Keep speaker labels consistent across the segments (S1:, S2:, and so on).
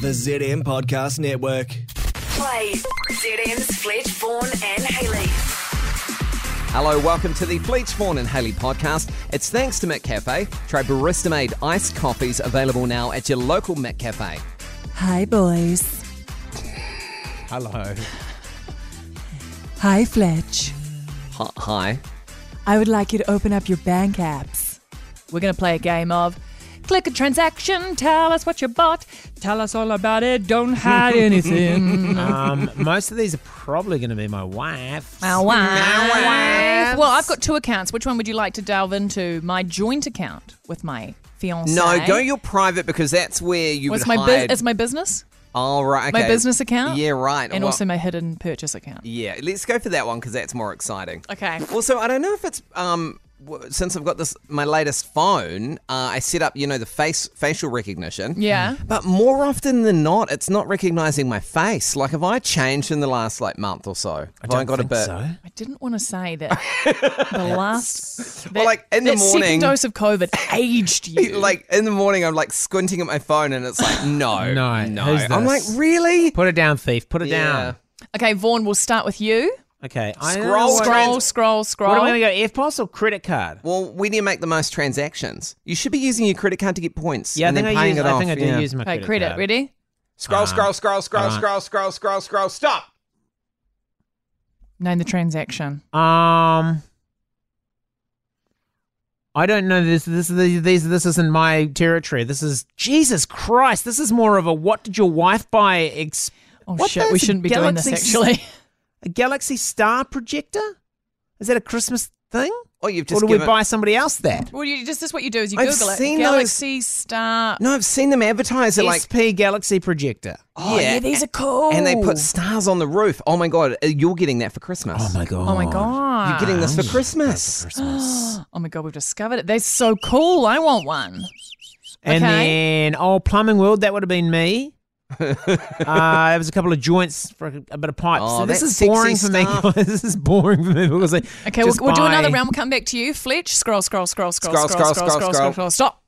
S1: The ZM Podcast Network.
S2: Play ZM's Fletch, Vaughan, and Haley.
S3: Hello, welcome to the Fleets Fawn and Haley podcast. It's thanks to McCafe. Try barista made iced coffees available now at your local McCafe.
S4: Hi, boys.
S5: Hello.
S4: Hi, Fletch.
S3: Hi. hi.
S4: I would like you to open up your bank apps.
S6: We're going to play a game of click a transaction, tell us what you bought, tell us all about it, don't hide anything.
S5: Um, most of these are probably going to be my wife.
S6: Our wife. Well, I've got two accounts. Which one would you like to delve into? My joint account with my fiance.
S3: No, go your private because that's where you
S6: What's
S3: would
S6: my
S3: hide.
S6: bu- It's my business
S3: oh, right.
S6: my
S3: okay.
S6: business account?
S3: Yeah, right.
S6: and
S3: Well,
S6: also my hidden purchase account.
S3: yeah, let's go for that one because that's more exciting.
S6: Okay.
S3: Also, I don't know if it's um w- since I've got this my latest phone, uh, I set up you know the face facial recognition.
S6: Yeah.
S3: But more often than not, it's not recognizing my face. Like, have I changed in the last like month or so? Have
S5: Don't
S3: got
S5: think
S3: a bit?
S5: so.
S6: I didn't want to say that the last. That,
S3: Well, like, in the
S6: that
S3: morning-
S6: second dose of COVID aged you.
S3: Like in the morning, I'm like squinting at my phone, and it's like, no,
S5: No,
S3: no.
S5: who's
S3: I'm like,
S5: this?
S3: really?
S5: Put it down, thief. Put it
S3: Yeah.
S5: down.
S6: okay, Vaughn, we'll start with you.
S5: Okay. I don't
S3: Scroll,
S5: know what-
S6: Scroll, scroll, scroll.
S5: What am I going to go? F POS or credit card?
S3: Well, when do you make the most transactions? You should be using your credit card to get points.
S5: Yeah, I
S3: and
S5: think
S3: then
S5: I
S3: paying
S5: use.
S3: It
S5: I
S3: off.
S5: think I do
S3: yeah.
S5: use my
S6: Okay,
S5: credit,
S6: credit.
S5: card.
S6: Ready?
S5: Uh,
S7: Scroll,
S6: Uh-huh.
S7: scroll, scroll, scroll,
S5: alright.
S7: scroll, scroll, scroll, scroll. Stop.
S6: Name the transaction.
S5: Um, I don't know. This this these this isn't my territory. This is Jesus Christ. This is more of a what did your wife buy? Ex-
S6: Oh
S5: What
S6: shit, we
S5: does
S6: shouldn't be doing this
S5: Galaxy-
S6: actually.
S5: a Galaxy Star projector? Is that a Christmas thing?
S3: Oh, you've
S5: Or
S3: just
S5: do we
S3: given-
S5: buy somebody else that?
S6: Well, you just this what you do is you
S3: I've
S6: Google it.
S3: seen those-
S6: Galaxy Star.
S3: No, I've seen them advertise it like,
S5: SP Galaxy projector.
S6: Oh, yeah, these are cool.
S3: and they put stars on the roof. Oh my god, uh, you're getting that for Christmas.
S5: god.
S6: Oh my god!
S3: You're getting this for Christmas.
S5: Christmas.
S6: Oh my god, we've discovered it. They're so cool. I want one.
S5: And
S6: Okay.
S5: then, oh, Plumbing World, that would have been me. uh, it was a couple of joints for a, a bit of pipes.
S3: Oh,
S5: So this
S3: that's
S5: is boring for
S3: sexy
S5: me.
S3: stuff.
S5: guys. this is boring for me because I
S6: Okay, we'll,
S5: just
S6: we'll do another
S5: buy-
S6: round. We'll come back to you, Fletch. Scroll, scroll, scroll, scroll,
S3: Scroll,
S6: scroll,
S3: scroll,
S6: scroll, scroll, scroll, scroll.
S3: scroll, scroll.
S6: Stop.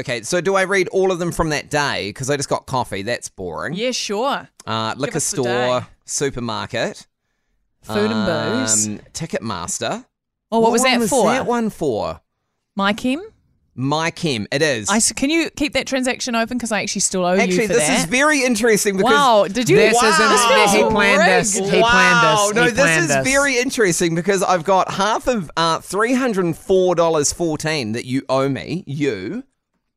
S3: Okay, so do I read all of them from that day? Because I just got coffee. That's boring.
S6: Yeah, sure.
S3: Uh, liquor
S6: us the
S3: store,
S6: day.
S3: supermarket,
S6: Food and booze.
S3: um, Ticketmaster.
S6: Oh, what was
S3: one
S6: that for?
S3: that one for?
S6: My Kim.
S3: My Chem. It is.
S6: I s- can you keep that transaction open because I actually still owe
S3: Actually,
S6: you for
S3: this is
S6: is
S3: very interesting because.
S6: wow, did you?
S5: This
S6: wow.
S5: isn't
S6: this
S5: fair.
S6: feels
S5: He planned
S6: rigged.
S5: this. He
S3: wow!
S5: planned this.
S3: No,
S5: He planned
S3: this is
S5: this.
S3: very interesting because I've got half of uh, three hundred and four dollars fourteen that you owe me, you,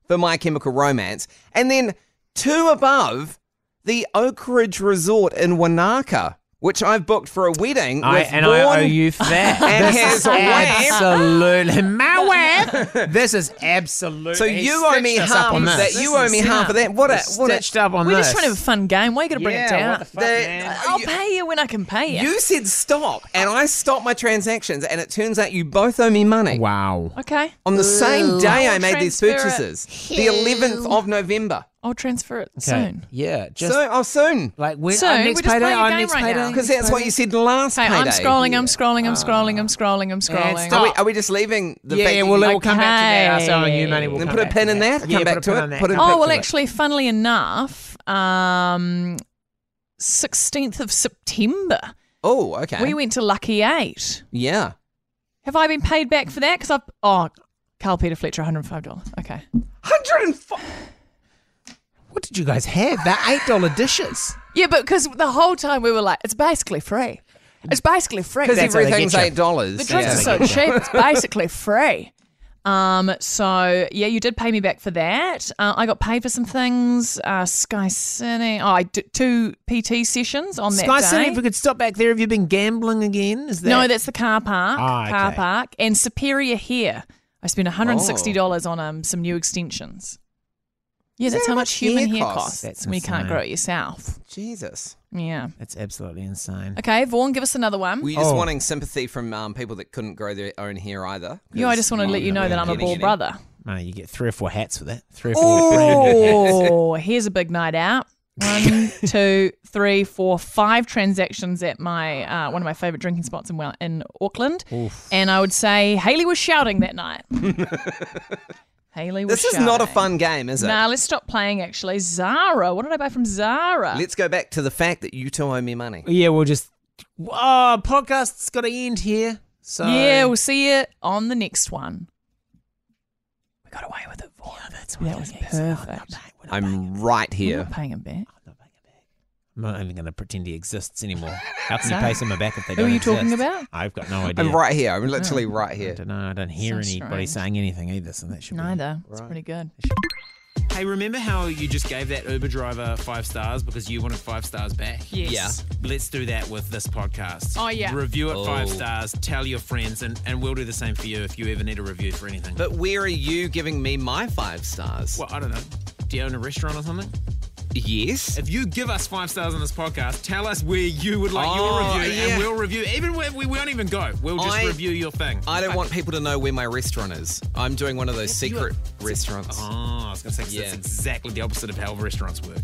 S3: for My Chemical Romance, and then two above the Oak Ridge Resort in Wanaka, which I've booked for a wedding.
S5: I,
S3: with
S5: and
S3: Vaughan.
S5: I owe you for that.
S3: And
S5: this
S3: here's
S5: is
S3: a wham.
S5: absolutely my web. This is absolutely.
S3: So
S5: he
S3: you owe me
S5: stitched us up
S3: half
S5: on
S3: of that.
S5: this.
S3: You owe me half of that. What a
S5: He
S3: what
S5: stitched
S3: a.
S5: up on
S6: We're
S5: this.
S6: just trying to have a fun game. Why you got to bring
S5: yeah,
S6: it down?
S5: What the fuck,
S3: The-
S5: man?
S6: I'll pay you when I can pay you.
S3: You said stop, and I stopped my transactions, and it turns out you both owe me money.
S5: Wow.
S6: okay,
S3: On the same day I made these
S6: transfer it.
S3: purchases, the 11th of November.
S6: I'll transfer it soon.
S5: Yeah. Just
S3: so, oh, soon.
S5: like when,
S6: So,
S5: oh,
S6: we're just
S5: next payday.
S6: playing a
S5: oh,
S6: game
S5: next
S6: right
S5: payday.
S6: now.
S3: Because that's what you said last
S6: Okay, I'm
S3: payday.
S6: scrolling, I'm scrolling, I'm scrolling, I'm scrolling, I'm scrolling.
S3: Are we, are we just leaving the fact that you-
S6: let- we'll come back to that. Us owing you money, we'll
S3: Then put a pin in that. Come
S5: Yeah,
S3: back
S5: put
S3: to
S5: a pin
S3: it.
S5: on that.
S3: Put a
S5: Come
S3: pin
S6: oh,
S3: to
S6: well,
S3: it.
S6: actually, funnily enough, um, 16th of September,
S3: Oh, okay.
S6: we went to Lucky Eight.
S3: yeah.
S6: Have I been paid back for that? Because I've. Oh, Carl Peter Fletcher, $105. Okay.
S3: 105.
S5: What did you guys have? That eight dollar dishes.
S6: Yeah, but because the whole time we were like, it's basically free. It's basically free.
S3: Because
S5: That's how they get
S3: everything's
S5: you.
S3: $8.
S6: The
S3: yeah.
S6: drinks are so cheap; it's basically free. Um, so yeah, you did pay me back for that. Uh, I got paid for some things. Uh, Sky Cine. Oh, I did two PT sessions on that
S5: Sky
S6: day.
S5: City, if we could stop back there, have you been gambling again? Is that
S6: no, that's the car park.
S5: Ah, okay.
S6: Car park and Superior Hair. I spent one hundred and sixty dollars
S5: Oh.
S6: on um, some new extensions. Yeah, that's
S3: that
S6: how
S3: how
S6: much
S3: much
S6: human
S3: hair
S6: hair
S3: costs?
S6: costs.
S5: That's
S6: when you can't
S5: insane.
S6: grow it yourself.
S3: Jesus.
S6: Yeah.
S5: that's absolutely insane.
S6: Okay, Vaughn, give us another one.
S3: Were you just
S5: Oh.
S3: wanting sympathy from um, people that couldn't grow their own hair either?
S6: You, I just want to let you know that I'm a ball
S3: bald
S6: brother.
S5: Man, you get three or four hats for that. Three or four brand new hats.
S6: Oh, here's a big night out. One, two, three, four, five transactions at my uh, one of my favourite drinking spots in Wel- in Auckland, and I would say Haley was shouting that night. Haley was
S3: This is not a
S6: shouting.
S3: fun game, is it?
S6: Nah, let's stop playing actually. Zara. What did I buy from Zara?
S3: Let's go back to the fact that you two owe me money.
S5: Yeah, we'll just. Oh, podcast's got to end here. So
S6: yeah, we'll see you on the next one. We got away with it, Vaughn. that's that was perfect.
S3: I'm right
S6: I'm
S3: here.
S6: not paying him back.
S5: I'm not even going to pretend he exists anymore. How can you pay someone back if they
S6: Who
S5: don't
S6: are you
S5: exist?
S6: talking about?
S5: I've got no idea.
S3: I'm right here. I'm literally right
S5: I
S3: here.
S5: don't know. I don't hear
S6: So
S5: anybody
S6: strange.
S5: saying anything either, so that should be
S6: Neither. It's pretty good.
S8: Hey, remember how you just gave that Uber driver five stars because you wanted five stars back?
S6: Yes.
S8: Let's do that with this podcast.
S6: Oh, yeah.
S8: Review it five stars, tell your friends, and, and we'll do the same for you if you ever need a review for anything.
S3: But where are you giving me my five stars?
S8: well, I don't know. Do you own a restaurant or something?
S3: Yes.
S8: If you give us five stars on this podcast, tell us where you would like
S3: Oh,
S8: your review,
S3: yeah.
S8: and we'll review. Even when we won't even go, we'll just
S3: I-
S8: review your thing.
S3: I don't want people to know where my restaurant is. I'm doing one of those secret restaurants.
S8: Oh, I was going to say 'cause
S3: Yeah.
S8: that's exactly the opposite of how restaurants work.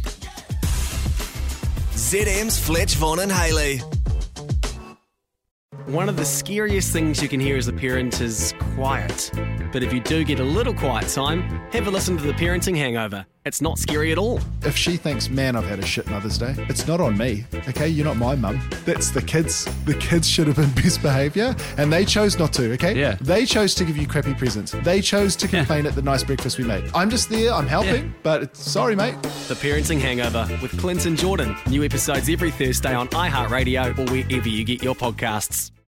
S1: ZM's Fletch, Vaughan, and Haley.
S9: One of the scariest things you can hear as a parent is quiet. But if you do get a little quiet time, have a listen to The Parenting Hangover. It's not scary at all.
S10: If she thinks, man, I've had a shit Mother's Day, it's not on me. Okay, you're not my mum. That's the kids. The kids should have been best behaviour, and they chose not to. Okay,
S8: Yeah.
S10: They chose to give you crappy presents. They chose to complain at the nice breakfast we made. I'm just there. I'm helping, but it's, sorry, mate.
S9: The Parenting Hangover with Clint and Jordan. New episodes every Thursday on iHeartRadio or wherever you get your podcasts.